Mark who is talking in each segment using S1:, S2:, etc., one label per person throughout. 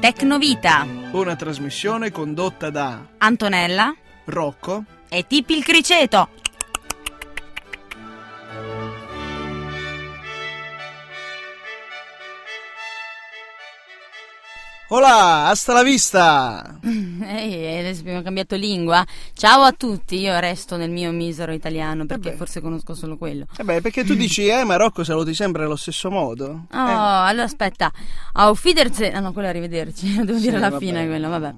S1: Tecnovita,
S2: Una trasmissione condotta da
S1: Antonella
S2: Rocco.
S1: e Tipi il Criceto.
S2: Hola, hasta la vista!
S1: Ehi, adesso abbiamo cambiato lingua. Ciao a tutti, io resto nel mio misero italiano perché
S2: Vabbè.
S1: forse conosco solo quello.
S2: E beh, perché tu dici, eh, ma Rocco saluti sempre allo stesso modo. Eh,
S1: Oh, allora aspetta. Auf Wiedersehen. Ah no, quella arrivederci. Devo dire alla
S2: vabbè.
S1: fine quella, vabbè.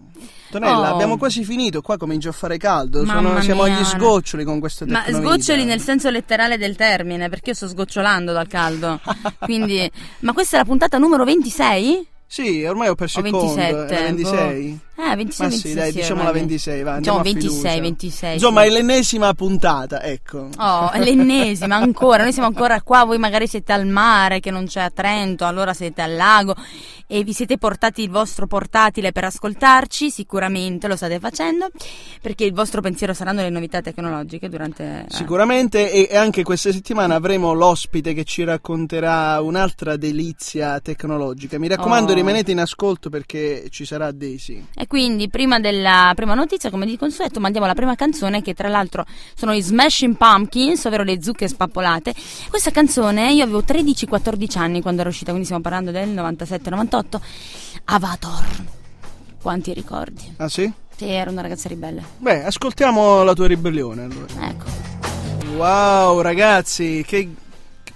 S2: Tonella,
S1: Oh.
S2: abbiamo quasi finito, qua comincia a fare caldo,
S1: Mamma
S2: sono- siamo
S1: mia,
S2: agli
S1: no.
S2: sgoccioli con questo
S1: Ma
S2: tecnovita.
S1: sgoccioli nel senso letterale del termine, perché io sto sgocciolando dal caldo. Quindi, ma questa è la puntata numero 26?
S2: Sì, ormai ho perso
S1: O
S2: il conto, è
S1: 27,
S2: la 26?
S1: Eh, 26,
S2: Ma sì,
S1: 26,
S2: dai, diciamo la
S1: ormai.
S2: 26,
S1: Diciamo
S2: va, andiamo a
S1: 26,
S2: fiducia.
S1: 26.
S2: Insomma,
S1: Eh, sì.
S2: è l'ennesima puntata, ecco.
S1: Oh, è l'ennesima ancora, noi siamo ancora qua, voi magari siete al mare che non c'è a Trento, allora siete al lago e vi siete portati il vostro portatile per ascoltarci, sicuramente lo state facendo, perché il vostro pensiero saranno le novità tecnologiche durante... eh.
S2: Sicuramente e e anche questa settimana avremo l'ospite che ci racconterà un'altra delizia tecnologica. Mi raccomando,
S1: Oh.
S2: rimanete in ascolto perché ci sarà Daisy.
S1: E quindi prima della prima notizia, come di consueto, mandiamo la prima canzone che tra l'altro sono i Smashing Pumpkins, ovvero le zucche spappolate. Questa canzone io avevo 13-14 anni quando era uscita, quindi stiamo parlando del 97-98. Avatar. Quanti ricordi?
S2: Ah sì?
S1: Sì, ero una ragazza ribelle.
S2: Beh, ascoltiamo la tua ribellione allora.
S1: Ecco.
S2: Wow, ragazzi, che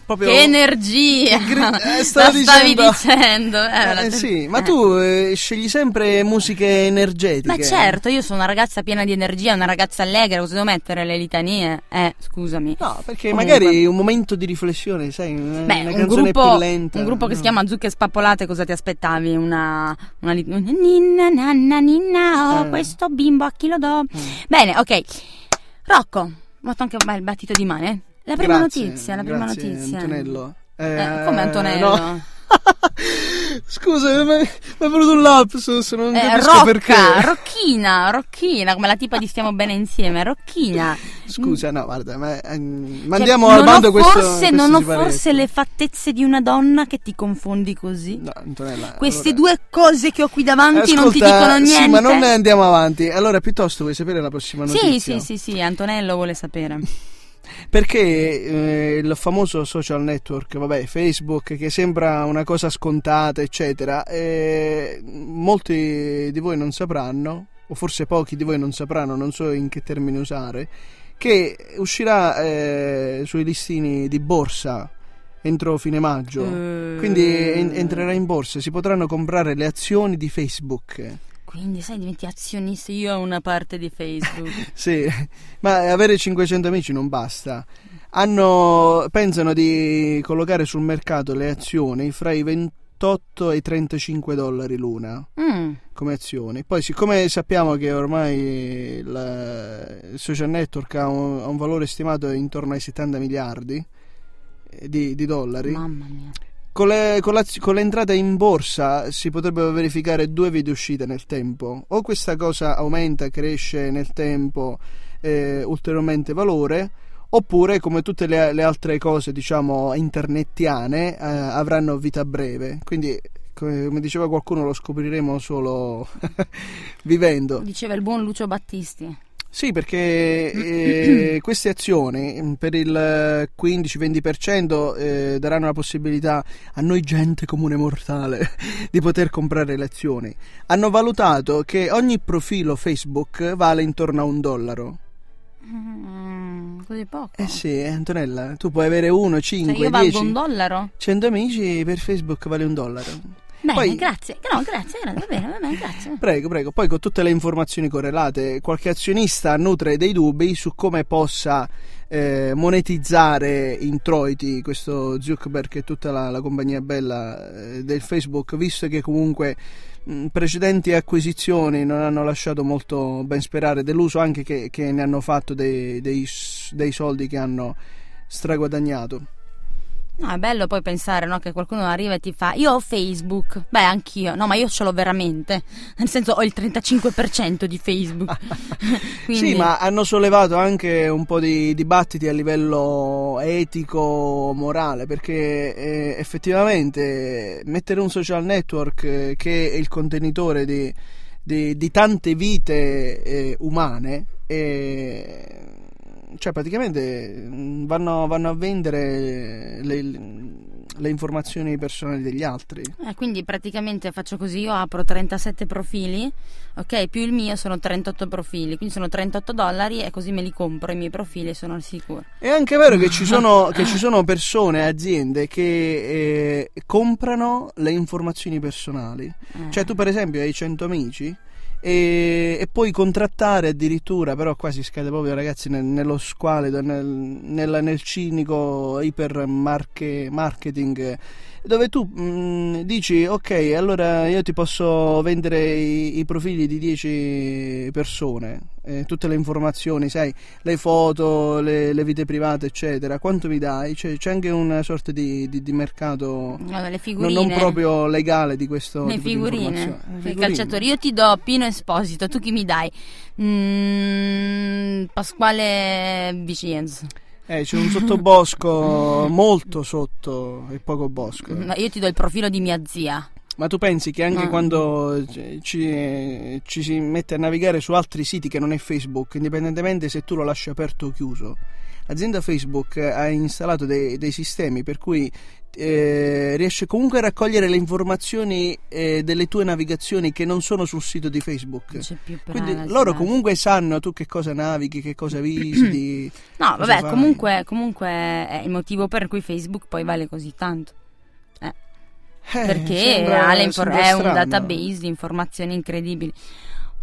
S2: proprio
S1: Che energia!
S2: gri- eh,
S1: La
S2: stavo
S1: stavi
S2: dicendo-
S1: dicendo. Eh, la-
S2: Eh, sì, ma
S1: eh.
S2: tu eh, scegli sempre musiche energetiche.
S1: Ma certo, io sono una ragazza piena di energia, una ragazza allegra, cosa devo mettere le litanie? Eh, scusami.
S2: No, perché
S1: Comunque.
S2: magari un momento di riflessione, sai,
S1: Beh,
S2: una, Mm, una
S1: un
S2: canzone
S1: gruppo,
S2: più lenta. Mm.
S1: un gruppo che
S2: no?
S1: si chiama Zucche Spappolate, cosa ti aspettavi? Una, una lit- una ninna nanna ninna, oh,
S2: Eh.
S1: questo bimbo a chi lo do?
S2: Mm.
S1: Bene, ok. Rocco, ho fatto anche un bel battito di mano. eh. La prima
S2: Grazie,
S1: notizia, la prima
S2: grazie,
S1: notizia.
S2: Antonello.
S1: Eh, come Antonello?
S2: no. Scusa, mi è mi è venuto un lapsus, non
S1: Eh,
S2: capisco
S1: rocca,
S2: perché.
S1: Rocchina, Rocchina, come la tipa di Stiamo Bene Insieme, Rocchina.
S2: Scusa, no, guarda, ma, ehm,
S1: Cioè,
S2: mandiamo
S1: non
S2: al
S1: ho
S2: bando questo.
S1: forse-
S2: questo
S1: Non ho
S2: siparetto.
S1: forse le fattezze di una donna che ti confondi così?
S2: No, Antonella.
S1: Queste
S2: allora-
S1: due cose che ho qui davanti non ti
S2: Ascolta,
S1: dicono niente.
S2: Sì, ma non ne andiamo avanti. Allora, piuttosto vuoi sapere la prossima notizia?
S1: Sì, sì, sì, sì, Antonello vuole sapere.
S2: Perché eh, il famoso social network, vabbè, Facebook, che sembra una cosa scontata, eccetera, eh, molti di voi non sapranno, o forse pochi di voi non sapranno, non so in che termini usare, che uscirà eh, sui listini di borsa entro fine maggio.
S1: Eh.
S2: Quindi en- entrerà in borsa, si potranno comprare le azioni di Facebook.
S1: Quindi sai, diventi azionista, io ho una parte di Facebook.
S2: Sì, ma avere 500 amici non basta. Hanno, pensano di collocare sul mercato le azioni fra i 28 e i 35 dollari l'una
S1: Mm,
S2: come azioni. Poi, siccome sappiamo che ormai la- il social network ha un, ha un valore stimato intorno ai 70 miliardi eh, di, di dollari,
S1: mamma mia.
S2: con, le- con la- con l'entrata in borsa si potrebbero verificare due vie di uscita nel tempo. O questa cosa aumenta, cresce nel tempo eh, ulteriormente valore, oppure come tutte le, le altre cose, diciamo, internettiane, eh, avranno vita breve. Quindi, come come diceva qualcuno, lo scopriremo solo vivendo.
S1: Diceva il buon Lucio Battisti.
S2: Sì, perché eh, queste azioni mh, per il eh, 15-20% eh, daranno la possibilità a noi gente comune mortale di poter comprare le azioni. Hanno valutato che ogni profilo Facebook vale intorno a un dollaro.
S1: Mm, così poco.
S2: Eh sì, eh, Antonella, tu puoi avere 1,
S1: Cioè,
S2: 5,
S1: io valgo
S2: 10,
S1: un dollaro?
S2: 100 amici per Facebook vale un dollaro.
S1: Bene,
S2: Poi-
S1: grazie. No, grazie, grazie, va bene, va bene, grazie.
S2: Prego, prego. Poi con tutte le informazioni correlate, qualche azionista nutre dei dubbi su come possa eh, monetizzare introiti questo Zuckerberg e tutta la, la compagnia bella eh, del Facebook, visto che comunque mh, precedenti acquisizioni non hanno lasciato molto ben sperare dell'uso anche che, che ne hanno fatto dei, dei s- dei soldi che hanno straguadagnato.
S1: No, è bello poi pensare no, che qualcuno arriva e ti fa io ho Facebook, beh anch'io, no ma io ce l'ho veramente, nel senso ho il 35% di Facebook. Quindi-
S2: Sì, ma hanno sollevato anche un po' di dibattiti a livello etico, morale, perché eh, effettivamente mettere un social network eh, che è il contenitore di, di- di tante vite eh, umane, eh, cioè praticamente mm, vanno, vanno a vendere le, le informazioni personali degli altri.
S1: Eh, quindi praticamente faccio così, io apro 37 profili, ok, più il mio sono 38 profili, quindi sono 38 dollari e così me li compro i miei profili e sono al sicuro.
S2: È anche vero che ci sono, che ci sono persone, aziende che eh, comprano le informazioni personali.
S1: Eh.
S2: Cioè tu per esempio hai 100 amici e, e puoi contrattare addirittura, però qua si scade proprio ragazzi nel- nello squalido, nel, nel- nel cinico ipermarketing, dove tu mh, dici ok allora io ti posso vendere i, i profili di 10 persone, eh, tutte le informazioni, sai, le foto, le, le vite private eccetera, quanto mi dai? C'è, c'è anche una sorta di, di- di mercato
S1: Allora, le
S2: non,
S1: figurine.
S2: non proprio legale di questo
S1: le
S2: tipo di
S1: figurine,
S2: informazione.
S1: Cioè, i
S2: Figurine.
S1: calciatori, io ti do Pino Esposito, tu chi mi dai? Mm, Pasquale Vicenzo.
S2: Eh, c'è un sottobosco molto sotto e poco bosco
S1: Ma Io ti do il profilo di mia zia.
S2: ma tu pensi che anche
S1: Ah.
S2: quando ci, ci- ci si mette a navigare su altri siti che non è Facebook indipendentemente se tu lo lasci aperto o chiuso l'azienda Facebook ha installato dei, dei sistemi per cui eh, riesce comunque a raccogliere le informazioni eh, delle tue navigazioni che non sono sul sito di Facebook
S1: Non c'è più per
S2: quindi
S1: la- la-
S2: loro comunque sanno tu che cosa navighi, che cosa visiti.
S1: No,
S2: cosa
S1: vabbè,
S2: fai.
S1: comunque, comunque è il motivo per cui Facebook poi vale così tanto.
S2: Eh,
S1: perché
S2: sembra-
S1: ha le infor-
S2: sembra
S1: è un
S2: strano.
S1: database di informazioni incredibili.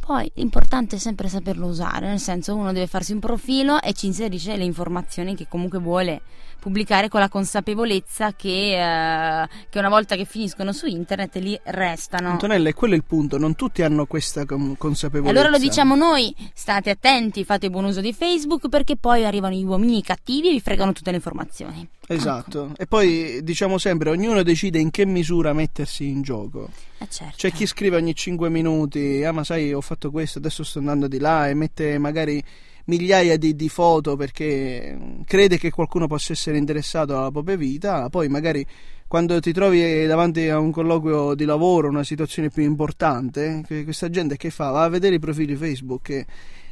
S1: Poi l'importante è sempre saperlo usare, nel senso uno deve farsi un profilo e ci inserisce le informazioni che comunque vuole pubblicare con la consapevolezza che, eh, che una volta che finiscono su internet lì restano.
S2: Antonella, è quello il punto, non tutti hanno questa com-
S1: E
S2: consapevolezza.
S1: Allora lo diciamo noi, state attenti, fate buon uso di Facebook perché poi arrivano gli uomini cattivi e vi fregano tutte le informazioni.
S2: Esatto. E poi diciamo sempre, ognuno decide in che misura mettersi in gioco.
S1: Eh certo.
S2: C'è chi scrive ogni 5 minuti, ah ma sai ho fatto questo, adesso sto andando di là e mette magari migliaia di, di foto perché mm, crede che qualcuno possa essere interessato alla propria vita, poi magari quando ti trovi davanti a un colloquio di lavoro, una situazione più importante, che- questa gente che fa? Va a vedere i profili Facebook e,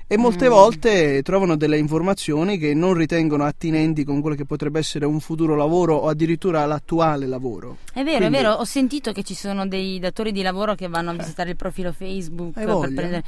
S2: e molte
S1: Mm.
S2: volte trovano delle informazioni che non ritengono attinenti con quello che potrebbe essere un futuro lavoro o addirittura l'attuale lavoro.
S1: È vero,
S2: Quindi-
S1: è vero, ho sentito che ci sono dei datori di lavoro che vanno a visitare il profilo Facebook
S2: Hai
S1: per
S2: voglia?
S1: prendere-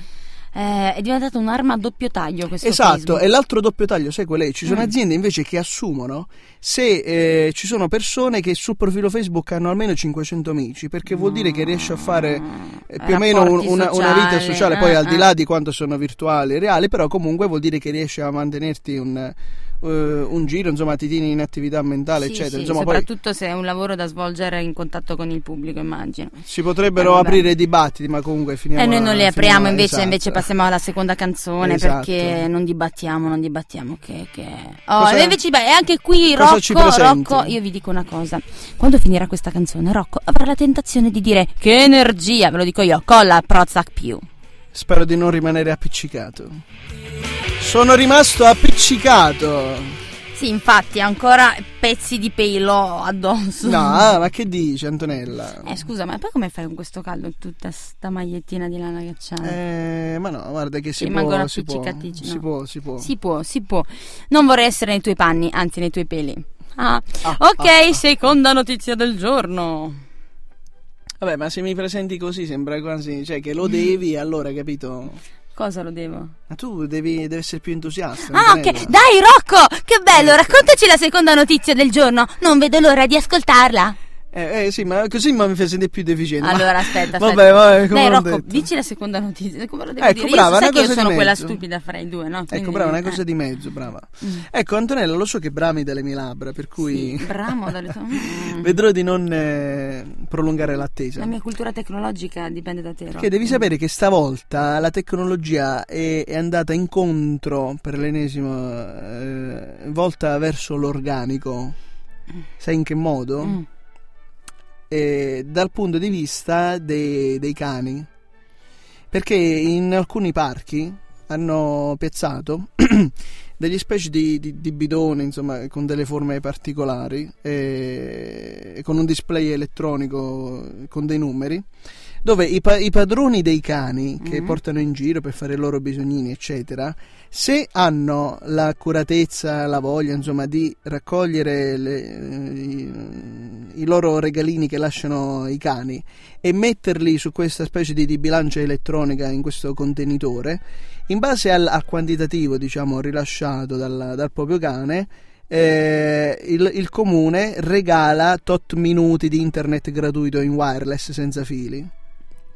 S1: Eh, è diventata un'arma a doppio taglio questo
S2: Esatto,
S1: Facebook.
S2: e l'altro doppio taglio, sai qual è? Ci sono
S1: Mm.
S2: aziende invece che assumono se eh, ci sono persone che sul profilo Facebook hanno almeno 500 amici, perché vuol dire che riesce a fare eh, più o meno un-
S1: Mm, Rapporti
S2: una, una vita
S1: sociali,
S2: sociale,
S1: eh,
S2: poi al di
S1: eh.
S2: là di quanto sono virtuali e reali, però comunque vuol dire che riesce a mantenerti un, eh, un giro, insomma ti tieni in attività mentale,
S1: eh. Sì,
S2: eccetera.
S1: sì,
S2: insomma, poi
S1: soprattutto se è un lavoro da svolgere in contatto con il pubblico, immagino.
S2: si potrebbero
S1: Eh, vabbè.
S2: aprire dibattiti, ma comunque finiamo.
S1: e Eh, noi non li
S2: finiamo-
S1: apriamo, invece,
S2: esatto.
S1: invece passiamo alla seconda canzone
S2: Esatto.
S1: perché non dibattiamo, non dibattiamo che... che... Oh,
S2: Cosa-
S1: e invece, beh, e anche qui
S2: cosa ci
S1: Rocco,
S2: presenti?
S1: Rocco, io vi dico una cosa, quando finirà questa canzone Rocco avrà la tentazione di dire che energia, ve lo dico io, colla Prozac più.
S2: Spero di non rimanere appiccicato. Sono rimasto appiccicato.
S1: Sì, infatti, ancora pezzi di pelo addosso.
S2: No, ma che dici Antonella?
S1: Eh, scusa, ma poi come fai con questo caldo tutta sta magliettina di lana che c'hai?
S2: Eh, ma no, guarda che si
S1: Rimangono
S2: può, si può,
S1: appiccicaticci,
S2: si
S1: no.
S2: può, si può.
S1: Si può, si può. Non vorrei essere nei tuoi panni, anzi nei tuoi peli. Ah,
S2: Ah,
S1: ok,
S2: ah, ah.
S1: seconda notizia del giorno.
S2: Vabbè, ma se mi presenti così sembra quasi, cioè che
S1: Mm.
S2: lo devi, allora, capito?
S1: Cosa lo devo?
S2: Ma tu devi, devi essere più entusiasta.
S1: Ah, ok.
S2: Antonella.
S1: Dai, Rocco, che
S2: Eh,
S1: bello, raccontaci la seconda notizia del giorno. Non vedo l'ora di ascoltarla.
S2: Eh, eh, sì, ma così ma mi fai sentire più deficiente. ma-
S1: Allora, aspetta, aspetta.
S2: Eh, Vabbè, vabbè, come
S1: Dai,
S2: l'ho
S1: Rocco,
S2: detto.
S1: dici la seconda notizia. Come lo devo
S2: Ecco,
S1: dire?
S2: brava,
S1: io so-
S2: una
S1: sai che io
S2: cosa di
S1: sono quella
S2: mezzo.
S1: stupida fra i due, no?
S2: Ecco,
S1: Quindi-
S2: brava, una
S1: eh.
S2: cosa di mezzo, brava.
S1: Mm.
S2: Ecco, Antonella, lo so che brami dalle mie labbra, per cui
S1: Sì, bramo dalle tue- Mm.
S2: vedrò di non eh, prolungare l'attesa.
S1: La mia cultura tecnologica dipende da te.
S2: Che
S1: Rocco.
S2: devi sapere che stavolta la tecnologia è, è andata incontro per l'ennesima eh, volta verso l'organico. sai in che modo?
S1: Mm.
S2: Eh, dal punto di vista dei, dei cani. Perché in alcuni parchi hanno piazzato degli specie di, di- di bidoni, insomma, con delle forme particolari, eh, e con un display elettronico con dei numeri, dove i, pa- i padroni dei cani che
S1: Mhm.
S2: portano in giro per fare i loro bisognini, eccetera, se hanno l'accuratezza, la voglia, insomma, di raccogliere le- i, i loro regalini che lasciano i cani e metterli su questa specie di, di bilancia elettronica in questo contenitore, in base al, al quantitativo, diciamo, rilasciato dal, dal proprio cane. eh, il, il comune regala tot minuti di internet gratuito in wireless senza fili.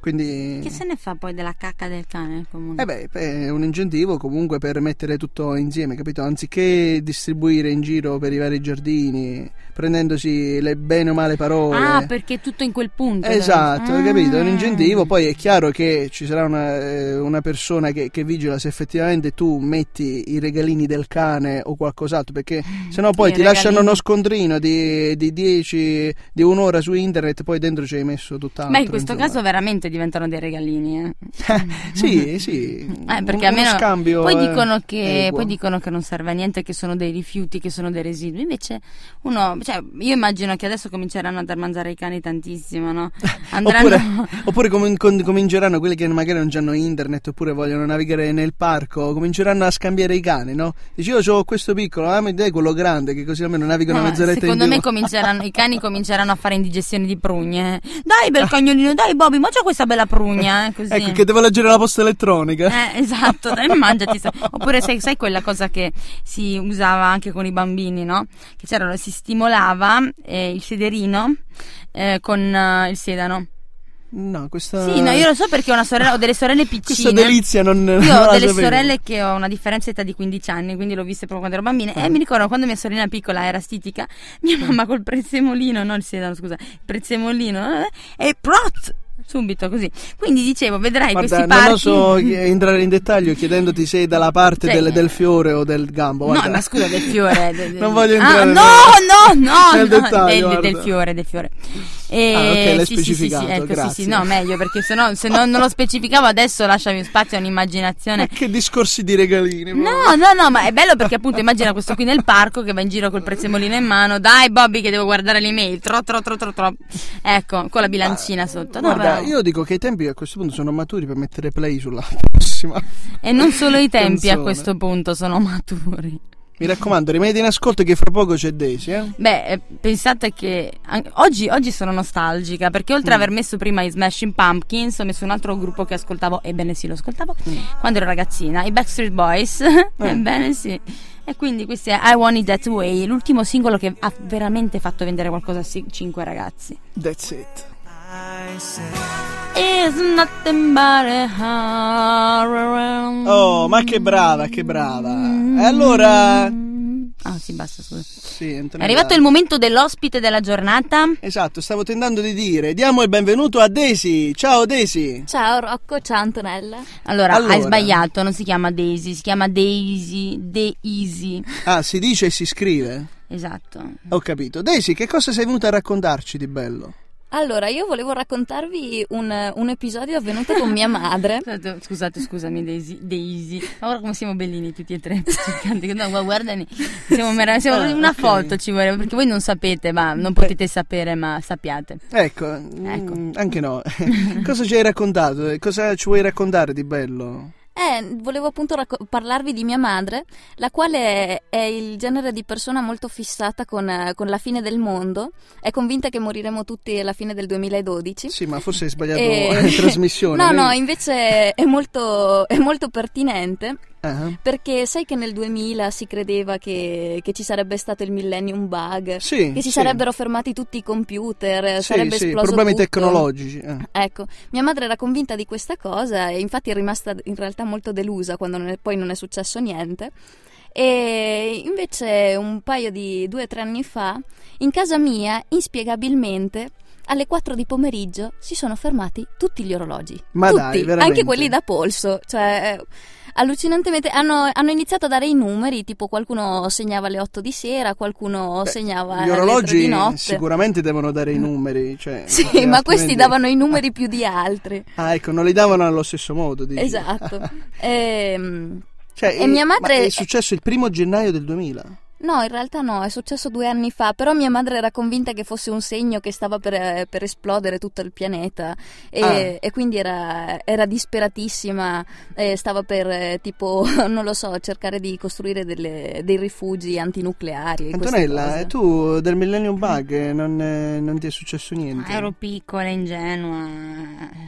S2: Quindi
S1: Che se ne fa poi della cacca del cane comunque?
S2: eh beh, beh, è un incentivo comunque per mettere tutto insieme, capito? Anziché distribuire in giro per i vari giardini, prendendosi le bene o male parole.
S1: ah, perché è tutto in quel punto. dove-
S2: Esatto, hai capito? È un
S1: Mm.
S2: incentivo. Poi è chiaro che ci sarà una, eh, una persona che, che vigila se effettivamente tu metti i regalini del cane o qualcos'altro, perché sennò poi
S1: I
S2: ti lasciano
S1: regalini.
S2: uno scontrino di, di 10, di un'ora su internet, poi dentro ci hai messo tutt'altro.
S1: Beh, in questo
S2: insomma.
S1: caso veramente diventano dei regalini. eh.
S2: Sì, sì.
S1: Eh, perché
S2: uno
S1: almeno-
S2: scambio
S1: Poi
S2: eh,
S1: dicono, che,
S2: equo.
S1: poi dicono che non serve a niente, che sono dei rifiuti, che sono dei residui. Invece, uno, cioè, io immagino che adesso cominceranno a dar mangiare i cani tantissimo, no? Andranno.
S2: Oppure com- com- cominceranno quelli che magari non hanno internet oppure vogliono navigare nel parco, cominceranno a scambiare i cani, no? Dici io ho questo piccolo, ah mi dai quello grande che così almeno navigano
S1: No, ma
S2: mezz'oretta
S1: Eh, secondo
S2: in
S1: me
S2: più.
S1: cominceranno, i cani cominceranno a fare indigestione di prugne. eh. Dai, bel cagnolino, dai, Bobby, mangia questa bella prugna. eh, così.
S2: Ecco che devo leggere la posta elettronica.
S1: Eh, esatto, dai, mangiati. sai. Oppure sai, sai quella cosa che si usava anche con i bambini, no? Che c'era, si stimolava eh, il sederino eh, con eh, il sedano.
S2: No, questa
S1: Sì, no, io lo so perché ho una sorella, ho delle sorelle
S2: questa
S1: piccine.
S2: delizia non
S1: Io
S2: non
S1: ho
S2: la
S1: delle
S2: sapevo.
S1: sorelle che ho una differenza di età di 15 anni, quindi l'ho viste proprio quando ero bambina.
S2: Eh.
S1: E mi ricordo quando mia sorellina piccola era stitica, mia mamma col prezzemolino, no il sedano, scusa, il prezzemolino, eh, e prot! Subito così. Quindi dicevo, vedrai
S2: Guarda,
S1: questi
S2: non
S1: parchi.
S2: lo so chi- entrare in dettaglio chiedendoti se dalla parte
S1: Cioè,
S2: del,
S1: eh.
S2: del fiore o del gambo.
S1: No,
S2: guarda.
S1: ma scusa, del fiore. de- de-
S2: Non voglio
S1: Ah,
S2: entrare
S1: no,
S2: nel-
S1: no, no,
S2: nel
S1: no,
S2: dettaglio,
S1: del, del
S2: guarda.
S1: fiore, del fiore. E-
S2: Ah, ok, l'hai
S1: sì, sì, sì, sì,
S2: specificato,
S1: ecco, sì,
S2: grazie.
S1: sì, no, meglio, perché se no, se no- non lo specificavo adesso lasciami spazio a
S2: Ma
S1: un'immaginazione.
S2: che discorsi di regalini. proprio.
S1: Cioè, No, no, no, ma è bello perché appunto immagina questo qui nel parco che va in giro col prezzemolino in mano. Dai, Bobby, che devo guardare l'email. Tro, tro, tro, tro, tro. Ecco, con la bilancina sotto. No,
S2: Guarda,
S1: però-
S2: io dico che i tempi a questo punto sono maturi per mettere play sulla prossima.
S1: E non solo i tempi a
S2: Canzone.
S1: questo punto sono maturi.
S2: Mi raccomando, rimanete in ascolto che fra poco c'è Daisy, eh?
S1: Beh, eh, pensate che an- oggi, oggi sono nostalgica perché oltre
S2: Mm.
S1: ad aver messo prima i Smashing Pumpkins ho messo un altro gruppo che ascoltavo, ebbene sì lo ascoltavo,
S2: Mm.
S1: quando ero ragazzina, i Backstreet Boys, ebbene sì. E quindi questo è I Want It That Way, l'ultimo singolo che ha veramente fatto vendere qualcosa a si- cinque ragazzi.
S2: That's it.
S1: It's nothing but a horror.
S2: Oh, ma che brava, che brava. E allora...
S1: Ah sì, basta, scusa.
S2: Sì,
S1: È arrivato il momento dell'ospite della giornata.
S2: Esatto, stavo tentando di dire. Diamo il benvenuto a Daisy. Ciao Daisy.
S3: Ciao Rocco, ciao Antonella.
S1: Allora,
S2: Allora.
S1: hai sbagliato, non si chiama Daisy, si chiama Daisy, Daisy.
S2: Ah, si dice e si scrive.
S1: Esatto.
S2: Ho capito. Daisy, che cosa sei venuta a raccontarci di bello?
S3: Allora, io volevo raccontarvi un, un episodio avvenuto con mia madre.
S1: Scusate, Esatto, scusate, scusami Daisy, Daisy. Ma guarda come siamo bellini tutti e tre, pizzicanti. No, ma guardani, siamo meravigliosi.
S2: Ah,
S1: una
S2: ok.
S1: foto ci voleva, perché voi non sapete, ma non potete sapere, ma sappiate.
S2: Ecco, mm, anche no. cosa ci hai raccontato? Cosa ci vuoi raccontare di bello?
S3: Eh, volevo appunto racco- parlarvi di mia madre, la quale è il genere di persona molto fissata con, eh, con la fine del mondo. È convinta che moriremo tutti alla fine del 2012.
S2: Sì, ma forse hai sbagliato
S3: Eh,
S2: trasmissione.
S3: No, no,
S2: vedi?
S3: invece è molto, è molto pertinente
S2: Ah.
S3: perché sai che nel 2000 si credeva che, che ci sarebbe stato il millennium bug,
S2: Sì,
S3: eh, che si
S2: sì.
S3: sarebbero fermati tutti i computer, eh,
S2: Sì,
S3: sarebbe
S2: sì,
S3: esploso
S2: problemi
S3: tutto.
S2: tecnologici. eh.
S3: Ecco, mia madre era convinta di questa cosa e infatti è rimasta in realtà molto delusa quando non è- poi non è successo niente. E invece un paio di due o tre anni fa, in casa mia, inspiegabilmente, alle 4 di pomeriggio si sono fermati tutti gli orologi.
S2: Ma
S3: tutti,
S2: dai, veramente.
S3: anche quelli da polso. Cioè, eh, allucinantemente hanno, hanno iniziato a dare i numeri, tipo qualcuno segnava alle 8 di sera, qualcuno
S2: Beh,
S3: segnava
S2: Gli
S3: alle 3 di
S2: orologi
S3: notte. Mm.
S2: sicuramente devono dare i numeri. Cioè,
S3: Sì,
S2: perché
S3: ma questi
S2: altrimenti-
S3: davano i numeri più di altri.
S2: Ah, ecco, non li davano allo stesso modo. dici.
S3: Esatto. Ehm,
S2: Cioè,
S3: E mia madre-
S2: ma è successo il primo gennaio del 2000.
S3: no, in realtà no, è successo due anni fa, però mia madre era convinta che fosse un segno che stava per, per esplodere tutto il pianeta e,
S2: Ah.
S3: e quindi era, era disperatissima, eh, stava per eh, tipo, non lo so, cercare di costruire delle- dei rifugi antinucleari. e queste
S2: Antonella,
S3: cose.
S2: eh, tu del Millennium Bug eh, non, eh, non ti è successo
S1: Ma
S2: niente.
S1: ero piccola, ingenua.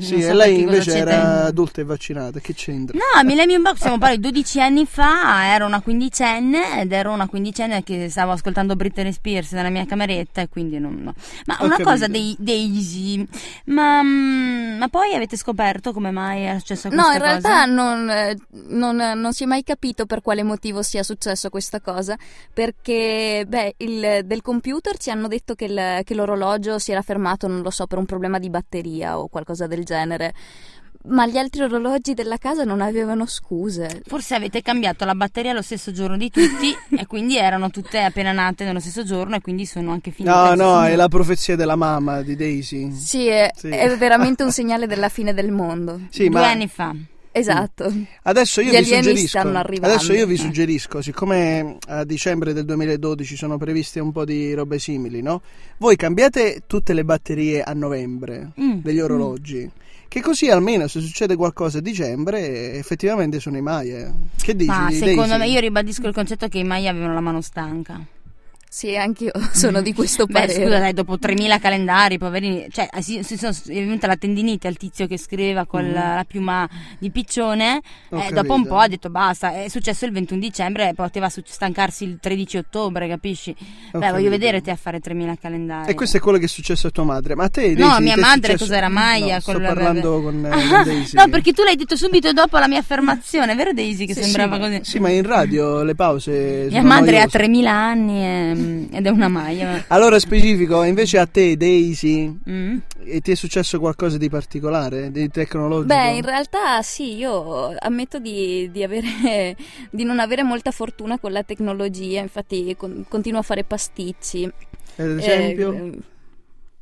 S2: Sì, e lei invece era adulta e vaccinata. Che c'entra?
S1: No, Millennium Box stiamo parlando di 12 anni fa, ero una quindicenne ed ero una quindicenne che stavo ascoltando Britney Spears nella mia cameretta e quindi non... no. Ma
S2: Ho
S1: una
S2: capito.
S1: cosa dei Daisy, ma, mm, ma poi avete scoperto come mai è successo questa
S3: No,
S1: cosa?
S3: in realtà non, eh, non, eh, non si è mai capito per quale motivo sia successo questa cosa, perché beh, il- del computer ci hanno detto che, il- che l'orologio si era fermato, non lo so, per un problema di batteria o qualcosa del genere, ma gli altri orologi della casa non avevano scuse.
S1: Forse avete cambiato la batteria lo stesso giorno di tutti e quindi erano tutte appena nate nello stesso giorno e quindi sono anche finite.
S2: No, no,
S1: insomma.
S2: è la profezia della mamma di Daisy.
S3: Sì, è,
S2: Sì.
S3: è veramente un segnale della fine del mondo.
S2: Sì,
S1: Due
S2: ma
S1: anni fa.
S3: Esatto.
S2: adesso io
S3: Gli
S2: vi
S3: alieni
S2: suggerisco.
S3: stanno arrivando.
S2: Adesso io vi suggerisco, siccome a dicembre del 2012 sono previste un po' di robe simili, no? Voi cambiate tutte le batterie a novembre
S1: Mm.
S2: degli orologi. Che così almeno se succede qualcosa a dicembre, effettivamente sono i Maya. Che dici?
S1: Ma secondo
S2: Daisy?
S1: me io ribadisco il concetto che i mai avevano la mano stanca.
S3: Sì, anch'io sono di questo
S1: Beh,
S3: parere.
S2: eh.
S1: scusa, dai, dopo 3000 calendari, poverini, cioè ah, sì, si sono è venuta la tendinite al tizio che scriveva con
S2: Mm.
S1: la, la piuma di piccione
S2: Ho
S1: e
S2: capito.
S1: dopo un po' ha detto basta, è successo il 21 dicembre, poteva su- stancarsi il 13 ottobre, capisci?
S2: Ho
S1: Beh, voglio
S2: capito.
S1: vedere te a fare 3000 calendari.
S2: E questo è quello che è successo a tua madre. Ma a te, Daisy,
S1: Ah, No,
S2: ti
S1: mia
S2: è
S1: madre
S2: successo-
S1: cos'era Maya?
S2: No, sto
S1: Quello-
S2: parlando con, eh,
S1: Ah,
S2: con Daisy.
S1: no, perché tu l'hai detto subito dopo la mia affermazione, vero Daisy che
S2: Sì,
S1: sembrava
S2: sì, ma-
S1: così?
S2: Sì, ma in radio le pause
S1: Mia
S2: sono
S1: madre ha
S2: noiose.
S1: 3000 anni e- ed è una maglia.
S2: Allora specifico, invece a te Daisy,
S1: Mm.
S2: e ti è successo qualcosa di particolare, di tecnologico?
S3: Beh, in realtà sì, io ammetto di, di avere- di non avere molta fortuna con la tecnologia, infatti con- continuo a fare pasticci.
S2: Ad esempio?
S3: Eh,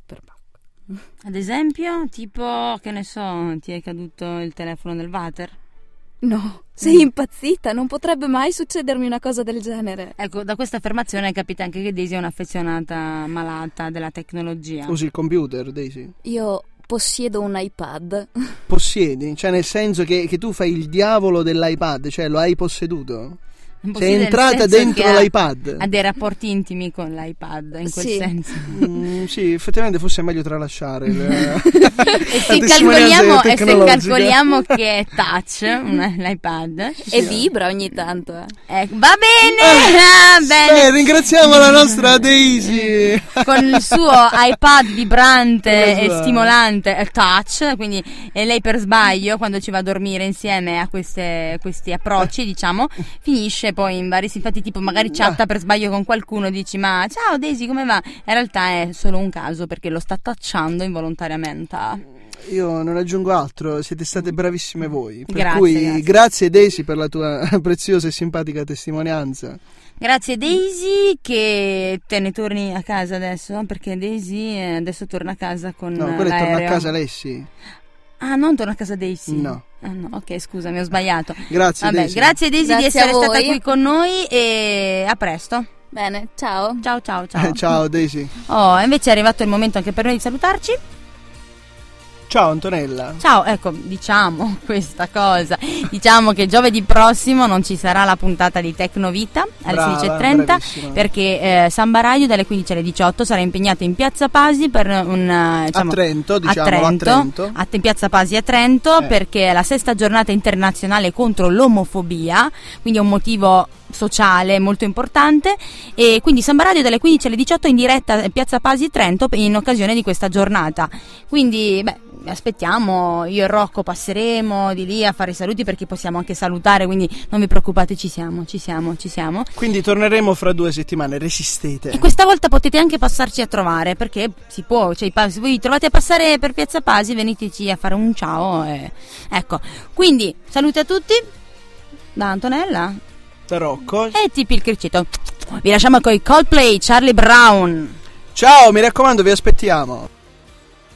S3: per pacco.
S1: Ad esempio, tipo, che ne so, ti è caduto il telefono nel water?
S3: No, sei impazzita, non potrebbe mai succedermi una cosa del genere.
S1: Ecco, da questa affermazione capite anche che Daisy è un'affezionata malata della tecnologia.
S2: Usi il computer, Daisy?
S3: Io possiedo un iPad.
S2: Possiedi? Cioè nel senso che, che tu fai il diavolo dell'iPad, cioè lo hai posseduto?
S1: Un po' sì,
S2: Sei
S1: nel
S2: entrata
S1: senso
S2: dentro
S1: che ha-
S2: l'iPad?
S1: Ha dei rapporti intimi con l'iPad, in quel
S3: Sì.
S1: senso.
S2: Mm, sì, effettivamente forse è meglio tralasciare.
S1: E
S2: la- la
S1: se,
S2: testimonianza
S1: calcoliamo, e se
S2: tecnologica.
S1: calcoliamo che è touch, un- l'iPad,
S3: E vibra ogni tanto. eh.
S1: eh, va bene! Ah,
S2: Beh,
S1: bene.
S2: ringraziamo la nostra Daisy.
S1: Con il suo iPad vibrante e
S2: Esatto.
S1: stimolante, eh, touch, quindi eh, lei per sbaglio, quando ci va a dormire insieme a queste- questi approcci, diciamo, finisce poi in vari. Infatti, tipo,
S2: Mm,
S1: magari
S2: ah.
S1: chatta per sbaglio con qualcuno e dici: Ma ciao Daisy, come va? In realtà è solo un caso perché lo sta tacciando involontariamente.
S2: Io non aggiungo altro, siete state bravissime voi. Per
S1: Grazie,
S2: cui
S1: grazie.
S2: grazie. Daisy per la tua preziosa e simpatica testimonianza.
S1: Grazie Daisy che te ne torni a casa adesso perché Daisy eh, adesso torna a casa con
S2: No,
S1: eh,
S2: quella è torna a
S1: l'aereo.
S2: casa Lessi.
S1: Ah, non torna a casa Daisy?
S2: No.
S1: Ah, no, ok, scusa, mi ho sbagliato.
S2: Grazie
S1: Vabbè,
S2: Daisy.
S1: grazie Daisy di
S3: Grazie
S1: essere
S3: a voi.
S1: stata qui con noi e a presto.
S3: Bene, ciao.
S1: Ciao ciao ciao.
S2: Eh, ciao Daisy.
S1: Oh, invece è arrivato il momento anche per noi di salutarci.
S2: Ciao Antonella.
S1: Ciao, ecco, diciamo questa cosa. Diciamo che giovedì prossimo non ci sarà la puntata di Tecnovita alle
S2: Brava,
S1: 16.30
S2: bravissima.
S1: perché eh, Samba Radio dalle 15 alle 18 sarà impegnato in Piazza Pasi per un diciamo,
S2: a Trento, diciamo,
S1: a Trento,
S2: Trento.
S1: a- in Piazza Pasi a Trento
S2: Eh.
S1: perché è la sesta giornata internazionale contro l'omofobia, quindi è un motivo sociale molto importante e quindi Samba Radio dalle 15 alle 18 in diretta a Piazza Pasi Trento in occasione di questa giornata. Quindi beh, aspettiamo, io e Rocco passeremo di lì a fare i saluti perché possiamo anche salutare, quindi non vi preoccupate, ci siamo, ci siamo, ci siamo.
S2: Quindi torneremo fra due settimane, resistete.
S1: E questa volta potete anche passarci a trovare perché si può, cioè pa- se voi trovate a passare per Piazza Pasi veniteci a fare un ciao. e- Ecco, quindi saluti a tutti da Antonella
S2: Da Rocco.
S1: e tipi il criceto. Vi lasciamo con i Coldplay, Charlie Brown.
S2: Ciao, mi raccomando, vi aspettiamo.